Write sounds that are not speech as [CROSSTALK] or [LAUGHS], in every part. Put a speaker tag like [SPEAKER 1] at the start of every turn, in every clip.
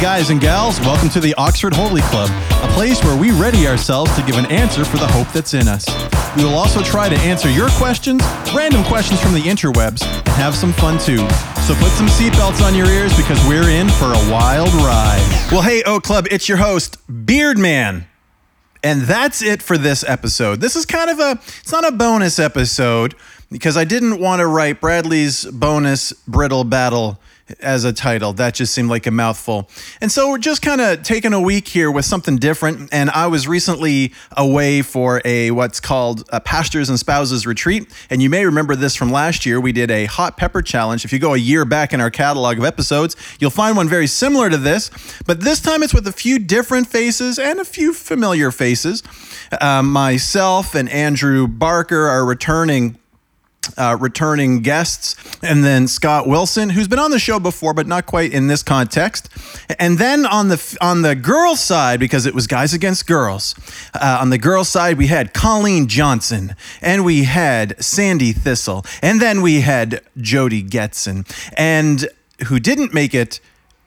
[SPEAKER 1] guys and gals, welcome to the Oxford Holy Club, a place where we ready ourselves to give an answer for the hope that's in us. We will also try to answer your questions, random questions from the interwebs, and have some fun too. So put some seatbelts on your ears because we're in for a wild ride. Well, hey, O Club, it's your host, Beardman. And that's it for this episode. This is kind of a it's not a bonus episode because I didn't want to write Bradley's bonus brittle battle as a title. That just seemed like a mouthful. And so we're just kind of taking a week here with something different and I was recently away for a what's called a pastors and spouses retreat and you may remember this from last year we did a hot pepper challenge. If you go a year back in our catalog of episodes, you'll find one very similar to this, but this time it's with a few different faces and a few familiar faces. Um, myself and Andrew Barker are returning uh, returning guests, and then Scott Wilson, who's been on the show before, but not quite in this context. And then on the on the girls' side, because it was guys against girls, uh, on the girls' side we had Colleen Johnson, and we had Sandy Thistle, and then we had Jody Getson, and who didn't make it.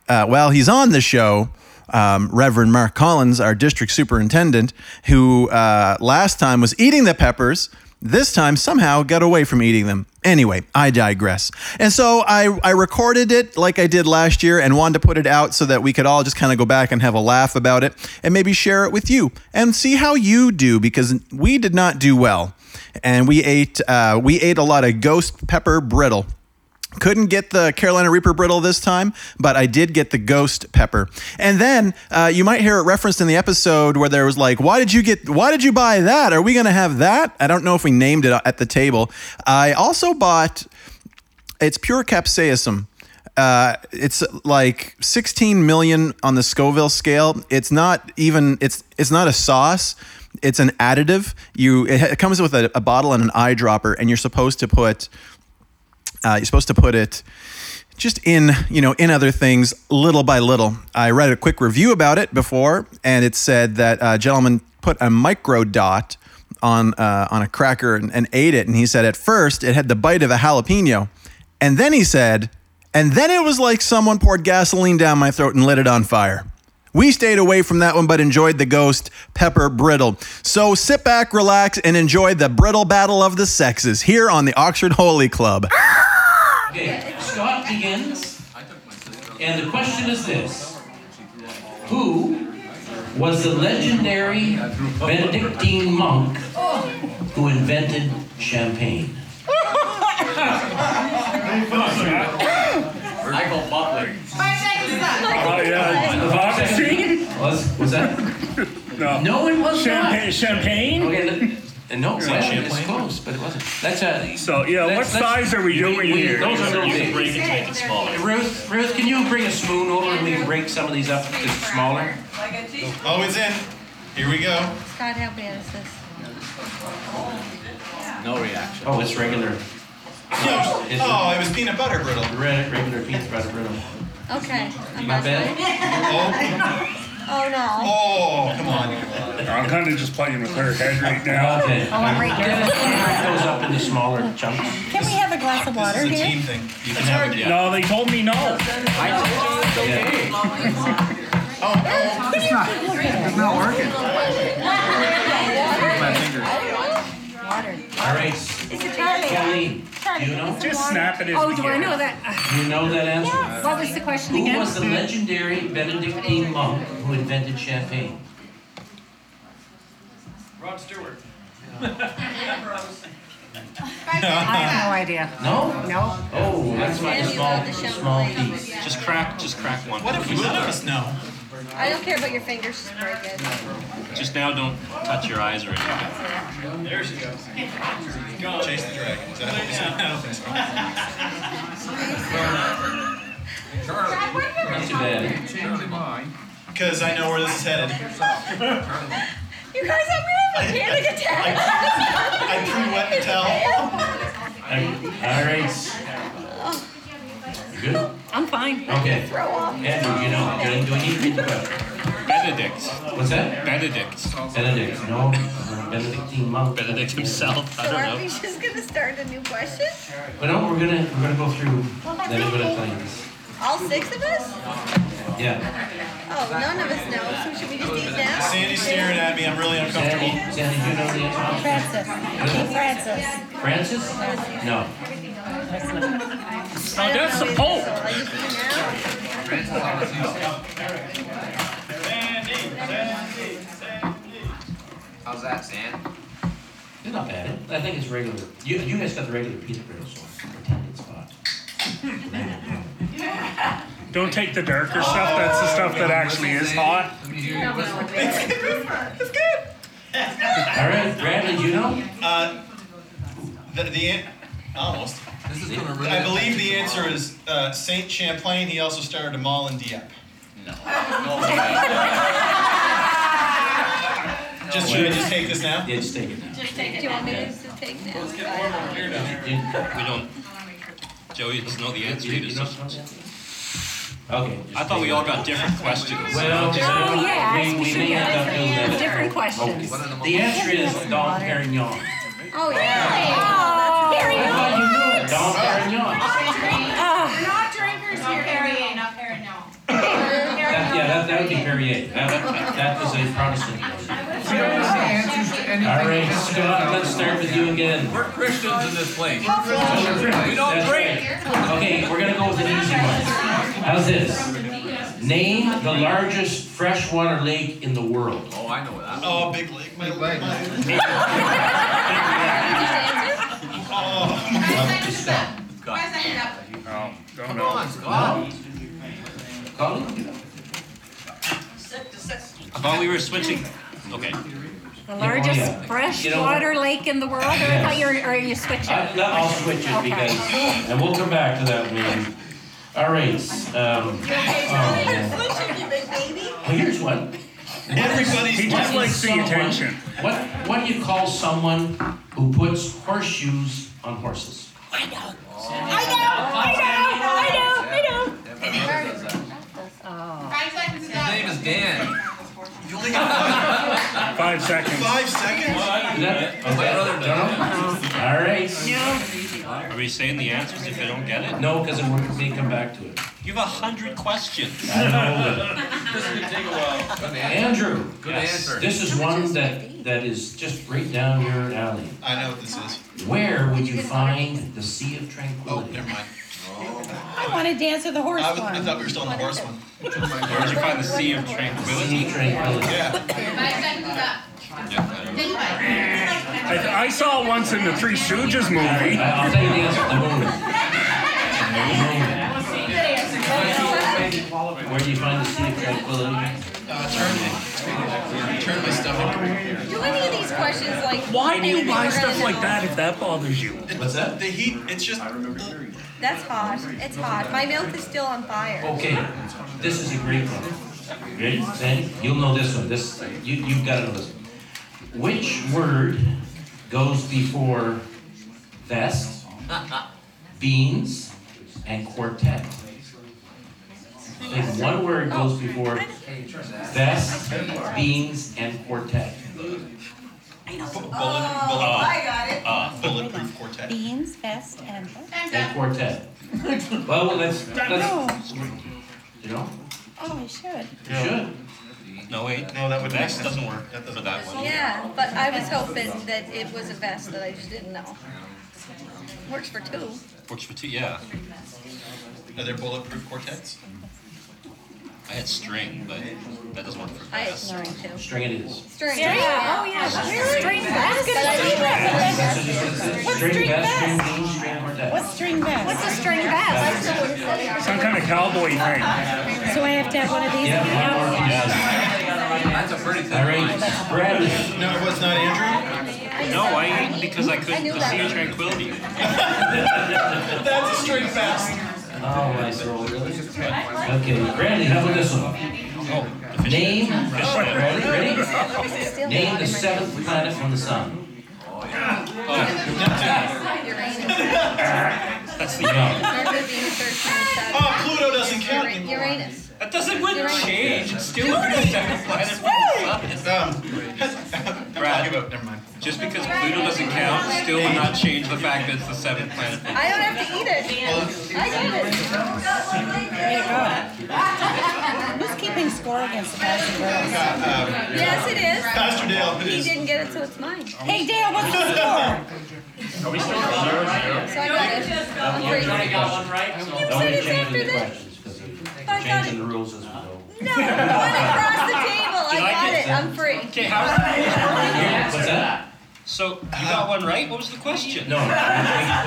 [SPEAKER 1] Uh, well, he's on the show um, Reverend Mark Collins, our district superintendent, who uh, last time was eating the peppers. This time somehow got away from eating them. Anyway, I digress. And so I, I recorded it like I did last year and wanted to put it out so that we could all just kind of go back and have a laugh about it and maybe share it with you and see how you do because we did not do well. And we ate uh, we ate a lot of ghost pepper brittle. Couldn't get the Carolina Reaper brittle this time, but I did get the ghost pepper. And then uh, you might hear it referenced in the episode where there was like, "Why did you get? Why did you buy that? Are we going to have that?" I don't know if we named it uh, at the table. I also bought. It's pure capsaicin. Uh, it's like 16 million on the Scoville scale. It's not even. It's it's not a sauce. It's an additive. You it, it comes with a, a bottle and an eyedropper, and you're supposed to put. Uh, you're supposed to put it just in, you know, in other things, little by little. I read a quick review about it before, and it said that uh, a gentleman put a micro dot on uh, on a cracker and, and ate it, and he said at first it had the bite of a jalapeno, and then he said, and then it was like someone poured gasoline down my throat and lit it on fire. We stayed away from that one, but enjoyed the ghost pepper brittle. So sit back, relax, and enjoy the brittle battle of the sexes here on the Oxford Holy Club.
[SPEAKER 2] Okay, Scott begins. And the question is this Who was the legendary Benedictine monk who invented champagne? Michael Butler.
[SPEAKER 3] Five seconds is up.
[SPEAKER 4] Oh yeah, democracy?
[SPEAKER 2] Was, was that?
[SPEAKER 4] No.
[SPEAKER 2] No, it was
[SPEAKER 4] Champagne,
[SPEAKER 2] not.
[SPEAKER 4] champagne.
[SPEAKER 2] Okay, n- no, well, it's close, but it wasn't. That's a.
[SPEAKER 4] So yeah, what
[SPEAKER 2] Let's- let's-
[SPEAKER 4] size are we doing
[SPEAKER 2] we-
[SPEAKER 4] here?
[SPEAKER 2] Those are little big.
[SPEAKER 5] Break and take it smaller.
[SPEAKER 2] Ruth, Ruth, can you bring a spoon over and we can break some of these up to smaller?
[SPEAKER 3] Like a cheese.
[SPEAKER 1] Oh, it's in. Here we go.
[SPEAKER 6] God, how bad is this?
[SPEAKER 5] No reaction.
[SPEAKER 2] Oh, it's regular,
[SPEAKER 7] [LAUGHS]
[SPEAKER 2] it's-
[SPEAKER 1] Oh, it was peanut butter brittle.
[SPEAKER 2] re- regular peanut butter brittle.
[SPEAKER 6] Okay. I'm
[SPEAKER 2] Not
[SPEAKER 6] not
[SPEAKER 2] bad.
[SPEAKER 6] ready.
[SPEAKER 1] Oh,
[SPEAKER 6] Oh no.
[SPEAKER 1] oh come on.
[SPEAKER 4] I'm kind of just playing with her head right now.
[SPEAKER 2] Okay.
[SPEAKER 6] Oh, I'm ready.
[SPEAKER 2] Break those up into smaller chunks.
[SPEAKER 6] Can we have a glass of water here?
[SPEAKER 1] thing.
[SPEAKER 6] [LAUGHS]
[SPEAKER 1] You can have it.
[SPEAKER 4] No, they told me no.
[SPEAKER 2] Oh,
[SPEAKER 6] Water.
[SPEAKER 2] All right,
[SPEAKER 6] Is it Charlie?
[SPEAKER 2] Kelly,
[SPEAKER 6] Charlie,
[SPEAKER 2] Do you
[SPEAKER 6] give me
[SPEAKER 2] know?
[SPEAKER 6] some
[SPEAKER 4] Just
[SPEAKER 6] water.
[SPEAKER 4] snap it in.
[SPEAKER 8] Oh, do I know that?
[SPEAKER 2] you know that answer?
[SPEAKER 8] What was the question
[SPEAKER 2] Who
[SPEAKER 8] again?
[SPEAKER 2] was the legendary Benedictine monk who invented champagne?
[SPEAKER 5] Rod Stewart.
[SPEAKER 8] I have no idea.
[SPEAKER 2] No?
[SPEAKER 8] No.
[SPEAKER 2] Oh, that's my
[SPEAKER 6] And you
[SPEAKER 2] small,
[SPEAKER 6] love the
[SPEAKER 2] small
[SPEAKER 6] champagne.
[SPEAKER 2] piece.
[SPEAKER 5] Just crack, just crack one.
[SPEAKER 1] What if none of us know?
[SPEAKER 6] I don't care about your fingers. Just break it.
[SPEAKER 5] Just now, don't touch your eyes or anything.
[SPEAKER 1] Chase the dragon. Is that what we said?
[SPEAKER 2] Not too bad.
[SPEAKER 1] Because I know where this is headed.
[SPEAKER 6] [LAUGHS] You guys, I'm gonna have a panic attack.
[SPEAKER 1] I pre-wet the
[SPEAKER 6] [LAUGHS]
[SPEAKER 1] towel.
[SPEAKER 2] All right.
[SPEAKER 9] Oh.
[SPEAKER 2] You Good?
[SPEAKER 8] I'm fine.
[SPEAKER 2] Okay. Andrew, you know, do I need to read the question?
[SPEAKER 5] Benedict.
[SPEAKER 2] What's that?
[SPEAKER 5] Benedict.
[SPEAKER 2] Benedict, no, Benedictine monk.
[SPEAKER 5] Benedict himself. I
[SPEAKER 6] So aren't
[SPEAKER 5] don't
[SPEAKER 6] we
[SPEAKER 5] know.
[SPEAKER 6] just gonna start a new question?
[SPEAKER 2] But no, we're gonna, we're gonna go through, then we're gonna play this.
[SPEAKER 6] All six of us?
[SPEAKER 2] Yeah.
[SPEAKER 6] Oh, none of us know, so should we just eat now?
[SPEAKER 7] Sandy's staring at me. I'm really uncomfortable.
[SPEAKER 2] Sandy, Sandy, do you know the answer?
[SPEAKER 8] Francis. King
[SPEAKER 2] Francis?
[SPEAKER 8] Francis.
[SPEAKER 2] No.
[SPEAKER 5] Now that's the Pope.
[SPEAKER 6] Are you eating now?
[SPEAKER 9] How's that, Sam?
[SPEAKER 2] It's not bad. I think it's regular. You, you guys got the regular peanut brittle sauce. Pretend it's hot.
[SPEAKER 4] Don't take the darker stuff. That's the stuff that actually is hot.
[SPEAKER 2] All right, Bradley, you know?
[SPEAKER 7] Uh, the, the an- almost.
[SPEAKER 9] This is gonna ruin
[SPEAKER 7] I
[SPEAKER 9] it.
[SPEAKER 7] believe the answer is uh, Saint Champlain. He also started a mall in Dieppe. No. just should I just take this now?
[SPEAKER 2] Yeah, just take it now.
[SPEAKER 6] Just take it. Do you want me to just take now?
[SPEAKER 2] You-
[SPEAKER 5] We don't. Joey doesn't know the answer.
[SPEAKER 2] you-
[SPEAKER 5] He
[SPEAKER 2] you
[SPEAKER 5] just
[SPEAKER 2] don't smell that? Okay. just
[SPEAKER 5] I thought we
[SPEAKER 2] take it.
[SPEAKER 5] all got different questions.
[SPEAKER 2] Well,
[SPEAKER 8] Oh, yes,
[SPEAKER 2] we,
[SPEAKER 8] we
[SPEAKER 2] we
[SPEAKER 8] should
[SPEAKER 2] may
[SPEAKER 8] get
[SPEAKER 2] end up doing that.
[SPEAKER 8] Different questions.
[SPEAKER 9] One of the most.
[SPEAKER 2] The answer is Dom Perignon.
[SPEAKER 6] Oh, yeah. Very
[SPEAKER 2] I
[SPEAKER 6] nice.
[SPEAKER 2] thought you knew it. Dom Perignon.
[SPEAKER 3] We're not drinkers here, Perrier, not Perignon.
[SPEAKER 2] That, yeah, that, that would be Perrier. That, that is a Protestant. word. All right, Scott, let's start with you again.
[SPEAKER 9] We're Christians in this place.
[SPEAKER 2] We
[SPEAKER 9] don't drink.
[SPEAKER 2] Okay, we're gonna go with an easy one. How's this? Name the largest freshwater lake in the world.
[SPEAKER 9] Oh, I know that.
[SPEAKER 7] Oh, big leg. My, my-
[SPEAKER 3] I signed up. I signed up.
[SPEAKER 4] No, don't
[SPEAKER 9] Come
[SPEAKER 4] know.
[SPEAKER 9] on, Scott.
[SPEAKER 2] Colin?
[SPEAKER 5] I thought we were switching. Okay.
[SPEAKER 8] The largest
[SPEAKER 2] yeah.
[SPEAKER 8] freshwater lake in the world, or I thought you were, or are you switching?
[SPEAKER 2] I, no, I'll switch it because, and we'll come back to that one. All right, um,
[SPEAKER 4] Oh.
[SPEAKER 6] Solution, you big baby.
[SPEAKER 2] oh, here's one.
[SPEAKER 4] He
[SPEAKER 7] everybody's.
[SPEAKER 4] just
[SPEAKER 2] What
[SPEAKER 4] likes
[SPEAKER 2] is
[SPEAKER 4] the
[SPEAKER 2] someone-
[SPEAKER 4] attention.
[SPEAKER 2] What, what do you call someone who puts horseshoes on horses?
[SPEAKER 8] I know, I know, I know, I know.
[SPEAKER 3] Five seconds
[SPEAKER 9] His name is Dan.
[SPEAKER 7] You only got
[SPEAKER 4] Five seconds.
[SPEAKER 7] five seconds.
[SPEAKER 2] Is that-
[SPEAKER 9] My brother does.
[SPEAKER 2] All right,
[SPEAKER 5] Are we saying the answers if they don't get it?
[SPEAKER 2] no, because we're gonna come back to it.
[SPEAKER 5] You have a hundred questions.
[SPEAKER 2] I
[SPEAKER 7] [LAUGHS]
[SPEAKER 2] know,
[SPEAKER 9] Good
[SPEAKER 2] but-
[SPEAKER 9] man.
[SPEAKER 2] Andrew.
[SPEAKER 9] Good
[SPEAKER 2] yes,
[SPEAKER 9] answer.
[SPEAKER 2] This is one that, that is just right down your alley.
[SPEAKER 7] I know what this is.
[SPEAKER 2] Where would you find the Sea of
[SPEAKER 7] Oh,
[SPEAKER 2] Tranquility?
[SPEAKER 7] never mind.
[SPEAKER 8] I want to dance with the horse
[SPEAKER 7] I, was, I
[SPEAKER 8] one.
[SPEAKER 7] thought we were still on the horse one.
[SPEAKER 5] Where'd you find the Sea of Tranquility?
[SPEAKER 2] Sea of Tranquility.
[SPEAKER 7] Yeah.
[SPEAKER 3] Five seconds up. Think about it.
[SPEAKER 4] I, I saw once in the Three Stooges movie.
[SPEAKER 2] I'll tell you the answer, the moon. The moon. Where do you find the Sea of Tranquility?
[SPEAKER 7] Turn my stomach.
[SPEAKER 6] Do any of these questions like?
[SPEAKER 4] Why do you
[SPEAKER 6] anything
[SPEAKER 4] buy
[SPEAKER 6] we're gonna
[SPEAKER 4] stuff like
[SPEAKER 6] know?
[SPEAKER 4] that if that bothers you?
[SPEAKER 2] What's that?
[SPEAKER 7] The heat. It's just.
[SPEAKER 6] Oh, That's hot. It's hot. My mouth is still on fire.
[SPEAKER 4] Oh.
[SPEAKER 2] Okay, this is a great one. Ready, Sandy? You'll know this one, this, you, you've got to know this. one. Which word goes before vest, beans, and quartet? If one word goes before vest, beans, and quartet.
[SPEAKER 7] Bullet, bullet, uh,
[SPEAKER 6] I got it.
[SPEAKER 7] bulletproof quartet.
[SPEAKER 8] Beans, vest, and what?
[SPEAKER 3] Time's
[SPEAKER 2] And
[SPEAKER 3] up.
[SPEAKER 2] quartet. Well, let's, let's, you know,
[SPEAKER 8] Oh, I should.
[SPEAKER 2] you should.
[SPEAKER 5] No, wait.
[SPEAKER 7] No, that would make
[SPEAKER 5] That
[SPEAKER 7] sense.
[SPEAKER 5] doesn't work
[SPEAKER 7] That
[SPEAKER 5] for
[SPEAKER 7] doesn't-
[SPEAKER 5] that one.
[SPEAKER 6] Yeah, but I was hoping that it was a vest that I just didn't know. Works for two.
[SPEAKER 5] Works for two, yeah.
[SPEAKER 7] Are there bulletproof quartets?
[SPEAKER 5] I had string, but that doesn't work for
[SPEAKER 6] I
[SPEAKER 5] bass.
[SPEAKER 6] ignored two.
[SPEAKER 2] String it is.
[SPEAKER 6] String.
[SPEAKER 8] Yeah, oh, yeah. String vest. That's gonna be
[SPEAKER 2] String vest, string beans, string quartet.
[SPEAKER 8] string vest. What's a string vest?
[SPEAKER 4] Some kind of cowboy thing.
[SPEAKER 8] So I have to have one of these?
[SPEAKER 2] Yeah, one more. Yes.
[SPEAKER 9] That's a pretty
[SPEAKER 2] All
[SPEAKER 9] thin
[SPEAKER 2] right,
[SPEAKER 9] line.
[SPEAKER 2] Bradley.
[SPEAKER 7] No, it was not Andrew.
[SPEAKER 5] No, I ate because I
[SPEAKER 6] I
[SPEAKER 5] couldn't.
[SPEAKER 6] knew
[SPEAKER 5] The
[SPEAKER 6] that.
[SPEAKER 5] Sea of Tranquility.
[SPEAKER 7] That's a straight fast.
[SPEAKER 2] Oh, my soul, really? Okay, Bradley, how about this one?
[SPEAKER 5] Oh, the fish.
[SPEAKER 2] Name,
[SPEAKER 5] Fish net.
[SPEAKER 2] Bradley, ready?
[SPEAKER 6] Still
[SPEAKER 2] Name the
[SPEAKER 6] not in my-
[SPEAKER 2] seventh planet from the sun.
[SPEAKER 5] Oh,
[SPEAKER 6] Uranus.
[SPEAKER 5] that's the.
[SPEAKER 2] No.
[SPEAKER 6] Mercury, Venus, Earth, Moon, Saturn.
[SPEAKER 7] Oh, Pluto doesn't count
[SPEAKER 6] Uran-
[SPEAKER 7] anymore.
[SPEAKER 6] Uranus.
[SPEAKER 5] That doesn't win
[SPEAKER 6] You're right.
[SPEAKER 5] change. It's still a second planet.
[SPEAKER 7] Um,
[SPEAKER 5] Brad,
[SPEAKER 9] vote. Never mind. Just because Pluto doesn't count, still would not change the fact that it's the seventh planet.
[SPEAKER 6] I don't have to eat it. I did it.
[SPEAKER 8] Who's keeping score against the guys and girls?
[SPEAKER 6] Yes,
[SPEAKER 7] Pastor Dale,
[SPEAKER 6] it is.
[SPEAKER 7] it
[SPEAKER 6] He
[SPEAKER 7] is.
[SPEAKER 6] didn't get it, so it's mine. So
[SPEAKER 8] Hey Dale, what's the score?
[SPEAKER 2] Are we still at zero zero?
[SPEAKER 6] I got it. I'm
[SPEAKER 2] You already
[SPEAKER 6] crazy.
[SPEAKER 2] got one right.
[SPEAKER 6] said
[SPEAKER 2] Don't be
[SPEAKER 6] it's after
[SPEAKER 2] changing the
[SPEAKER 6] this.
[SPEAKER 2] questions, because they're
[SPEAKER 6] I got
[SPEAKER 2] changing
[SPEAKER 6] it.
[SPEAKER 2] the rules as we go.
[SPEAKER 6] No, one across the table. I
[SPEAKER 5] like
[SPEAKER 6] got
[SPEAKER 5] it?
[SPEAKER 6] it. I'm free.
[SPEAKER 5] Okay, how?
[SPEAKER 2] What's that?
[SPEAKER 5] So you got one right. What was the question?
[SPEAKER 2] No, we- we,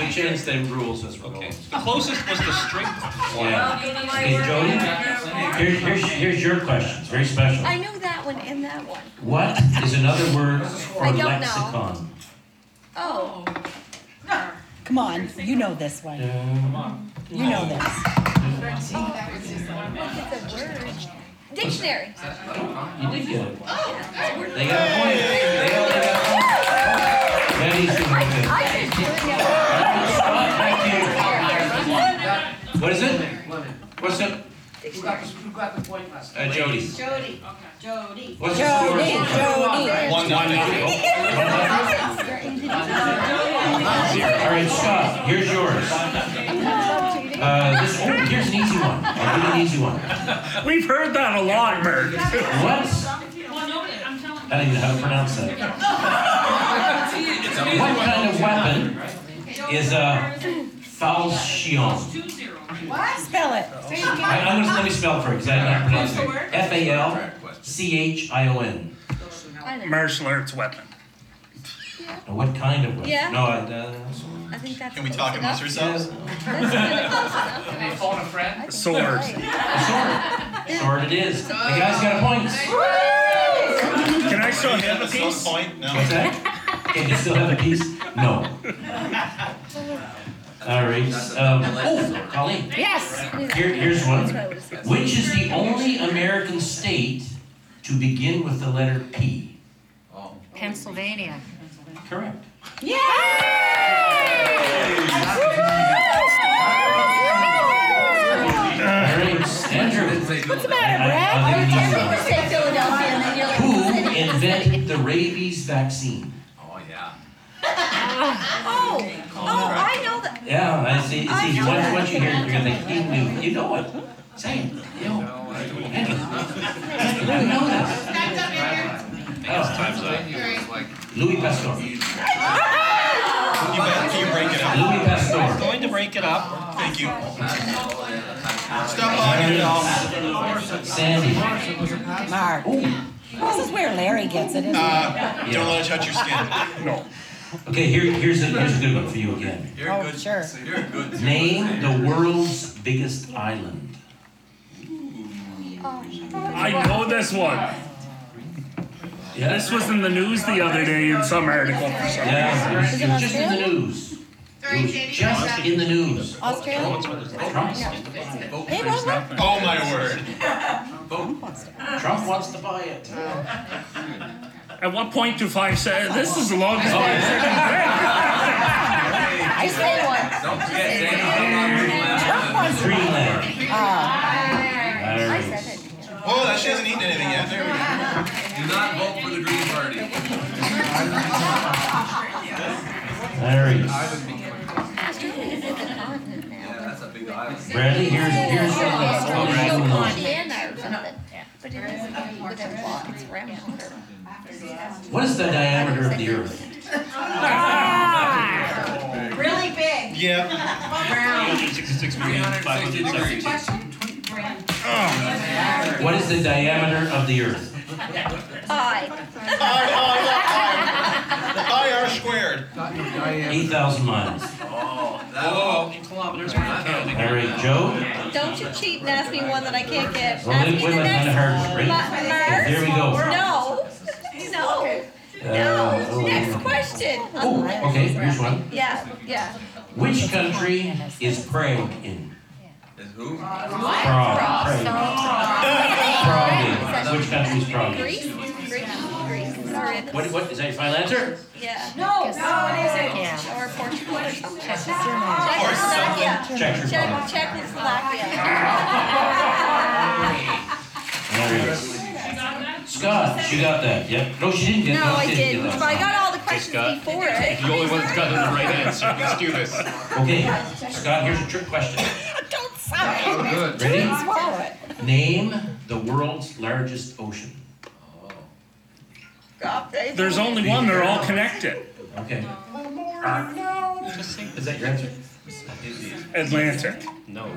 [SPEAKER 2] we changed the rules as we go.
[SPEAKER 5] Okay. The closest was the string.
[SPEAKER 2] Yeah. Hey, Jody, here's, here's, here's your question, it's very special.
[SPEAKER 6] I knew that one and that one.
[SPEAKER 2] What is another word for
[SPEAKER 6] I don't know.
[SPEAKER 2] lexicon?
[SPEAKER 6] Oh,
[SPEAKER 8] Come on, you know this one. You know this.
[SPEAKER 6] it's a word.
[SPEAKER 2] You
[SPEAKER 6] Dictionary.
[SPEAKER 2] did get it. They got a point. They all got a point. Betty's doing good.
[SPEAKER 6] I should do it now.
[SPEAKER 2] Thank you. What is it? What's it? Uh, Jody.
[SPEAKER 3] Jody.
[SPEAKER 2] What's the score?
[SPEAKER 8] Jody, Jody.
[SPEAKER 7] One nothing.
[SPEAKER 2] All right, Scott, here's yours. Uh, this, oh, here's an easy one. I'll give you an easy one.
[SPEAKER 4] We've heard that a lot, Merg.
[SPEAKER 2] What?
[SPEAKER 3] Well, no, I'm telling
[SPEAKER 2] I don't even know how to pronounce that.
[SPEAKER 9] It's an easy
[SPEAKER 2] What
[SPEAKER 9] one.
[SPEAKER 2] kind of weapon is a falchion?
[SPEAKER 3] you, two zero.
[SPEAKER 8] Spell it.
[SPEAKER 2] I, I'm gonna let me spell it for you because I don't know how to pronounce it. F A L
[SPEAKER 9] Correct question.
[SPEAKER 2] C H I O N.
[SPEAKER 6] I know.
[SPEAKER 4] [LAUGHS] Martial arts weapon.
[SPEAKER 2] Now, What kind of weapon?
[SPEAKER 6] Yeah.
[SPEAKER 2] No, I, uh,
[SPEAKER 6] I think that's
[SPEAKER 7] Can we
[SPEAKER 6] close
[SPEAKER 7] talk amongst
[SPEAKER 6] enough.
[SPEAKER 7] ourselves?
[SPEAKER 6] That's kinda
[SPEAKER 9] [LAUGHS]
[SPEAKER 6] close enough.
[SPEAKER 9] Phone a friend.
[SPEAKER 6] I think
[SPEAKER 4] Sword.
[SPEAKER 6] you're right.
[SPEAKER 2] a sword. Sword it is. The guy's got points.
[SPEAKER 4] Can I still
[SPEAKER 7] At
[SPEAKER 4] have a
[SPEAKER 7] some
[SPEAKER 4] piece?
[SPEAKER 7] point, no.
[SPEAKER 2] What's that? Can you still have a piece? No. All right. Um, oh, Colleen,
[SPEAKER 8] Yes.
[SPEAKER 2] here, here's one.
[SPEAKER 6] That's what I would've said.
[SPEAKER 2] Which is the only American state to begin with the letter P?
[SPEAKER 8] Pennsylvania.
[SPEAKER 2] Correct.
[SPEAKER 8] Yay!
[SPEAKER 2] All right, Andrew.
[SPEAKER 8] What's the matter,
[SPEAKER 2] I-
[SPEAKER 8] Brad?
[SPEAKER 2] I think he's
[SPEAKER 8] Everyone say Philadelphia and then you're like,
[SPEAKER 2] Who invented the rabies vaccine?
[SPEAKER 9] Oh, yeah.
[SPEAKER 6] Oh, oh, I know that.
[SPEAKER 2] Yeah, I see. See, once, once you hear it, you're gonna think, you knew, you know it. Say it. You know. You know that.
[SPEAKER 5] Time's up.
[SPEAKER 2] Oh. Louis Pasteur.
[SPEAKER 7] You bet. Can you break it up?
[SPEAKER 2] Louis Pasteur.
[SPEAKER 5] Going to break it up.
[SPEAKER 7] Thank you. Stop on it, y'all.
[SPEAKER 2] Sandy.
[SPEAKER 8] Mark. This is where Larry gets it, isn't it?
[SPEAKER 7] Uh, don't let it touch your skin.
[SPEAKER 2] Okay, here, here's a, here's a good one for you again.
[SPEAKER 9] You're
[SPEAKER 8] Oh,
[SPEAKER 9] a good.
[SPEAKER 8] sure.
[SPEAKER 9] You're a good.
[SPEAKER 2] Name the world's biggest island.
[SPEAKER 4] I know this one. This
[SPEAKER 2] Yes.
[SPEAKER 4] was in the news the other day in some article for some reason.
[SPEAKER 2] Yeah, it was- it was just in the
[SPEAKER 8] Australia?
[SPEAKER 2] news. It was just in the news.
[SPEAKER 8] Australia?
[SPEAKER 2] Trump's-
[SPEAKER 8] Hey, what, what?
[SPEAKER 7] Oh my word.
[SPEAKER 2] Trump wants to buy it.
[SPEAKER 4] At what point do five say, this is the longest five
[SPEAKER 8] I say one.
[SPEAKER 9] Don't forget, Dana, I'm not moving
[SPEAKER 2] Greenland.
[SPEAKER 6] I
[SPEAKER 2] Alright.
[SPEAKER 6] said it.
[SPEAKER 7] Whoa, that she hasn't eaten anything yet. There we go.
[SPEAKER 9] Do not vote for the Green Party.
[SPEAKER 2] Alright.
[SPEAKER 6] Australia is in the continent now.
[SPEAKER 9] Yeah, that's a big island.
[SPEAKER 2] Bradley, here's, here's one that's all right.
[SPEAKER 6] It's called Indiana or something. But it isn't with a law, it's round.
[SPEAKER 2] What is the diameter of the earth?
[SPEAKER 8] Really big.
[SPEAKER 7] Yeah.
[SPEAKER 9] 360 degrees.
[SPEAKER 2] What is the diameter of the earth?
[SPEAKER 6] Pie.
[SPEAKER 7] I, I, I, I, I are squared.
[SPEAKER 2] Eight thousand miles.
[SPEAKER 9] Whoa.
[SPEAKER 2] Alright, Joe?
[SPEAKER 6] Don't you cheat and ask me one that I can't get.
[SPEAKER 2] Well,
[SPEAKER 6] Ask
[SPEAKER 2] wait,
[SPEAKER 6] me
[SPEAKER 2] wait,
[SPEAKER 6] the
[SPEAKER 2] that's kind of
[SPEAKER 6] next one.
[SPEAKER 2] hard, right? There
[SPEAKER 6] Mars?
[SPEAKER 2] we go.
[SPEAKER 6] No, no,
[SPEAKER 2] Uh,
[SPEAKER 6] no.
[SPEAKER 2] oh,
[SPEAKER 6] Next
[SPEAKER 2] yeah.
[SPEAKER 6] question.
[SPEAKER 2] Oh, okay, here's one.
[SPEAKER 6] Yeah, yeah.
[SPEAKER 2] Which country is Prague in?
[SPEAKER 9] Is who?
[SPEAKER 2] Prague. Prague. Prague. in. Which country is Prague? in?
[SPEAKER 6] Greece, Greece, Greece. Sorry.
[SPEAKER 2] What, what, is that your final answer?
[SPEAKER 6] Yeah.
[SPEAKER 8] No, no, it isn't. Yeah.
[SPEAKER 6] Or Portugal or something.
[SPEAKER 7] Or
[SPEAKER 6] Czechoslovakia.
[SPEAKER 2] Czech Republic. Oh.
[SPEAKER 6] Czech, Czechoslovakia.
[SPEAKER 2] All right. Scott, you got that, yep? No, she didn't get
[SPEAKER 6] No,
[SPEAKER 2] that.
[SPEAKER 6] I
[SPEAKER 2] She
[SPEAKER 6] didn't,
[SPEAKER 2] get
[SPEAKER 6] but
[SPEAKER 2] that.
[SPEAKER 6] I got all the questions
[SPEAKER 5] Scott.
[SPEAKER 6] before it.
[SPEAKER 5] You're the only one that's gotten
[SPEAKER 6] [LAUGHS]
[SPEAKER 5] the right answer. Let's do this.
[SPEAKER 9] [LAUGHS]
[SPEAKER 2] Okay, Scott, here's a trick question.
[SPEAKER 8] Don't
[SPEAKER 6] Oh,
[SPEAKER 9] Oh,
[SPEAKER 8] sigh.
[SPEAKER 2] Good.
[SPEAKER 8] Don't
[SPEAKER 2] Ready?
[SPEAKER 8] swallow it.
[SPEAKER 2] Name the world's largest ocean.
[SPEAKER 6] God, they-
[SPEAKER 4] There's only one, they're all connected.
[SPEAKER 2] Okay,
[SPEAKER 5] Just say
[SPEAKER 2] is that your answer?
[SPEAKER 4] Atlantic.
[SPEAKER 5] no.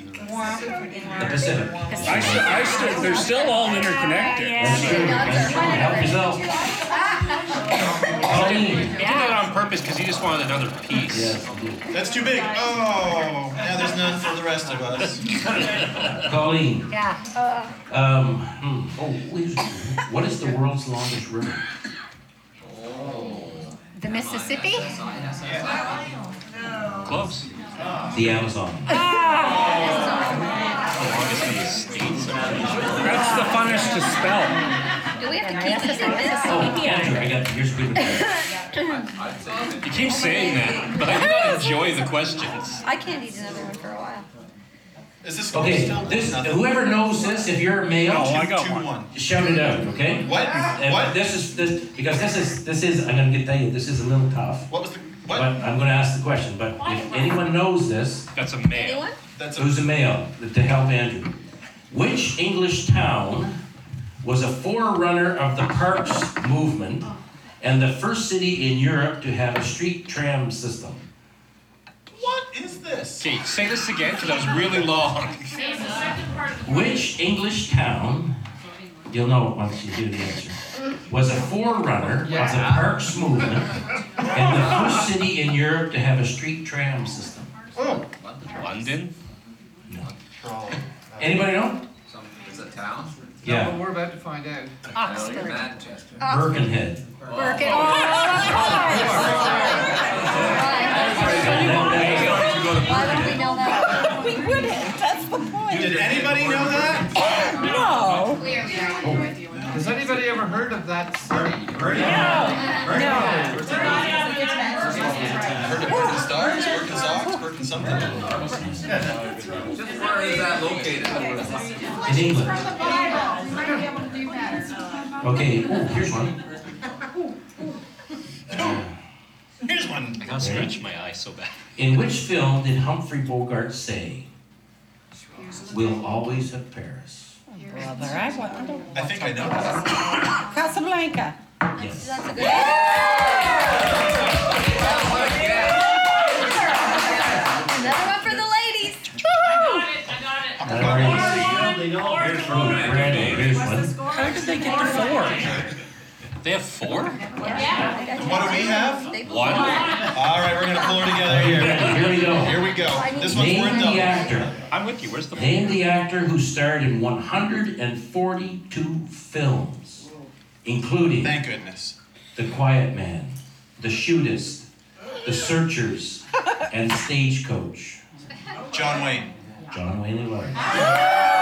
[SPEAKER 2] The Pacific.
[SPEAKER 4] I, st- I st- they're still all interconnected.
[SPEAKER 2] That's true, that's true, help yourself. Colleen.
[SPEAKER 5] He did that on purpose because he just wanted another piece.
[SPEAKER 2] Yes, indeed.
[SPEAKER 7] That's too big. Oh, now there's none for the rest of us.
[SPEAKER 2] Colleen,
[SPEAKER 8] Yeah.
[SPEAKER 2] um, hmm, oh, please, what is the world's longest river?
[SPEAKER 8] The Mississippi?
[SPEAKER 5] Close.
[SPEAKER 2] The Amazon.
[SPEAKER 5] The longest in the states.
[SPEAKER 4] That's the funnest to spell.
[SPEAKER 6] Do we have to keep this in this?
[SPEAKER 2] Oh, Andrew, I got, here's a good one.
[SPEAKER 5] You keep saying that, but I do not enjoy the questions.
[SPEAKER 6] I can't eat another one for a while.
[SPEAKER 7] Is this going
[SPEAKER 2] Okay,
[SPEAKER 7] still?
[SPEAKER 2] this, whoever knows this, if you're a male.
[SPEAKER 4] Oh, I got
[SPEAKER 7] Two,
[SPEAKER 4] one.
[SPEAKER 7] one.
[SPEAKER 2] Shout it out, okay?
[SPEAKER 7] What?
[SPEAKER 2] And
[SPEAKER 7] What?
[SPEAKER 2] This is this because this is this is I'm gonna tell you this is a little tough,
[SPEAKER 7] What was the,
[SPEAKER 2] but
[SPEAKER 7] what?
[SPEAKER 2] I'm gonna ask the question. But if anyone knows this,
[SPEAKER 5] That's a male.
[SPEAKER 6] Anyone?
[SPEAKER 7] That's a,
[SPEAKER 2] who's a male to help Andrew? Which English town was a forerunner of the Parks movement
[SPEAKER 7] Oh.
[SPEAKER 2] and the first city in Europe to have a street tram system?
[SPEAKER 7] what is this?
[SPEAKER 5] Okay, say this again because that was really long.
[SPEAKER 2] Which English town? You'll know once you do the answer. Was a forerunner of the Parks movement and the first city in Europe to have a street tram system.
[SPEAKER 7] Oh.
[SPEAKER 5] London?
[SPEAKER 2] Anybody know?
[SPEAKER 10] Is it town?
[SPEAKER 2] Yeah,
[SPEAKER 10] We're about to find out.
[SPEAKER 5] Ah,
[SPEAKER 8] Oxford.
[SPEAKER 10] Manchester.
[SPEAKER 2] Birkenhead.
[SPEAKER 8] Work it
[SPEAKER 6] [LAUGHS]
[SPEAKER 8] all.
[SPEAKER 6] Why don't we know that?
[SPEAKER 8] We wouldn't, that's the point.
[SPEAKER 7] Did anybody
[SPEAKER 6] [COUGHS]
[SPEAKER 7] know that?
[SPEAKER 8] No.
[SPEAKER 10] Has anybody ever heard of that city?
[SPEAKER 8] No.
[SPEAKER 7] Heard of Birkin Stars, Birkin Socks, Birkin something?
[SPEAKER 10] Just where is that located?
[SPEAKER 2] In England. Okay, oh, here's one.
[SPEAKER 7] Here's one.
[SPEAKER 5] I gotta scratch my eye so bad.
[SPEAKER 2] In which film did Humphrey Bogart say, "We'll always have Paris"?
[SPEAKER 8] Brother, I want, I don't.
[SPEAKER 7] I think I know that.
[SPEAKER 8] Casablanca.
[SPEAKER 2] Yes.
[SPEAKER 6] That's a good Another one for the ladies.
[SPEAKER 2] That already- Here's one, Brandon, here's one.
[SPEAKER 4] How did they get to four?
[SPEAKER 5] They have four?
[SPEAKER 7] What do we have?
[SPEAKER 6] They-
[SPEAKER 5] One?
[SPEAKER 7] All right, we're gonna pull her together here.
[SPEAKER 2] Brandon, Here we go.
[SPEAKER 7] Here we go. This one's
[SPEAKER 2] Name
[SPEAKER 7] worth
[SPEAKER 2] the
[SPEAKER 7] double.
[SPEAKER 2] actor.
[SPEAKER 5] I'm with you. Where's the
[SPEAKER 2] Name the actor who starred in 142 films, including
[SPEAKER 7] Thank goodness.
[SPEAKER 2] The Quiet Man, The Shootist, The Searchers, and Stagecoach.
[SPEAKER 7] John Wayne.
[SPEAKER 2] John Wayne Larry. Joe.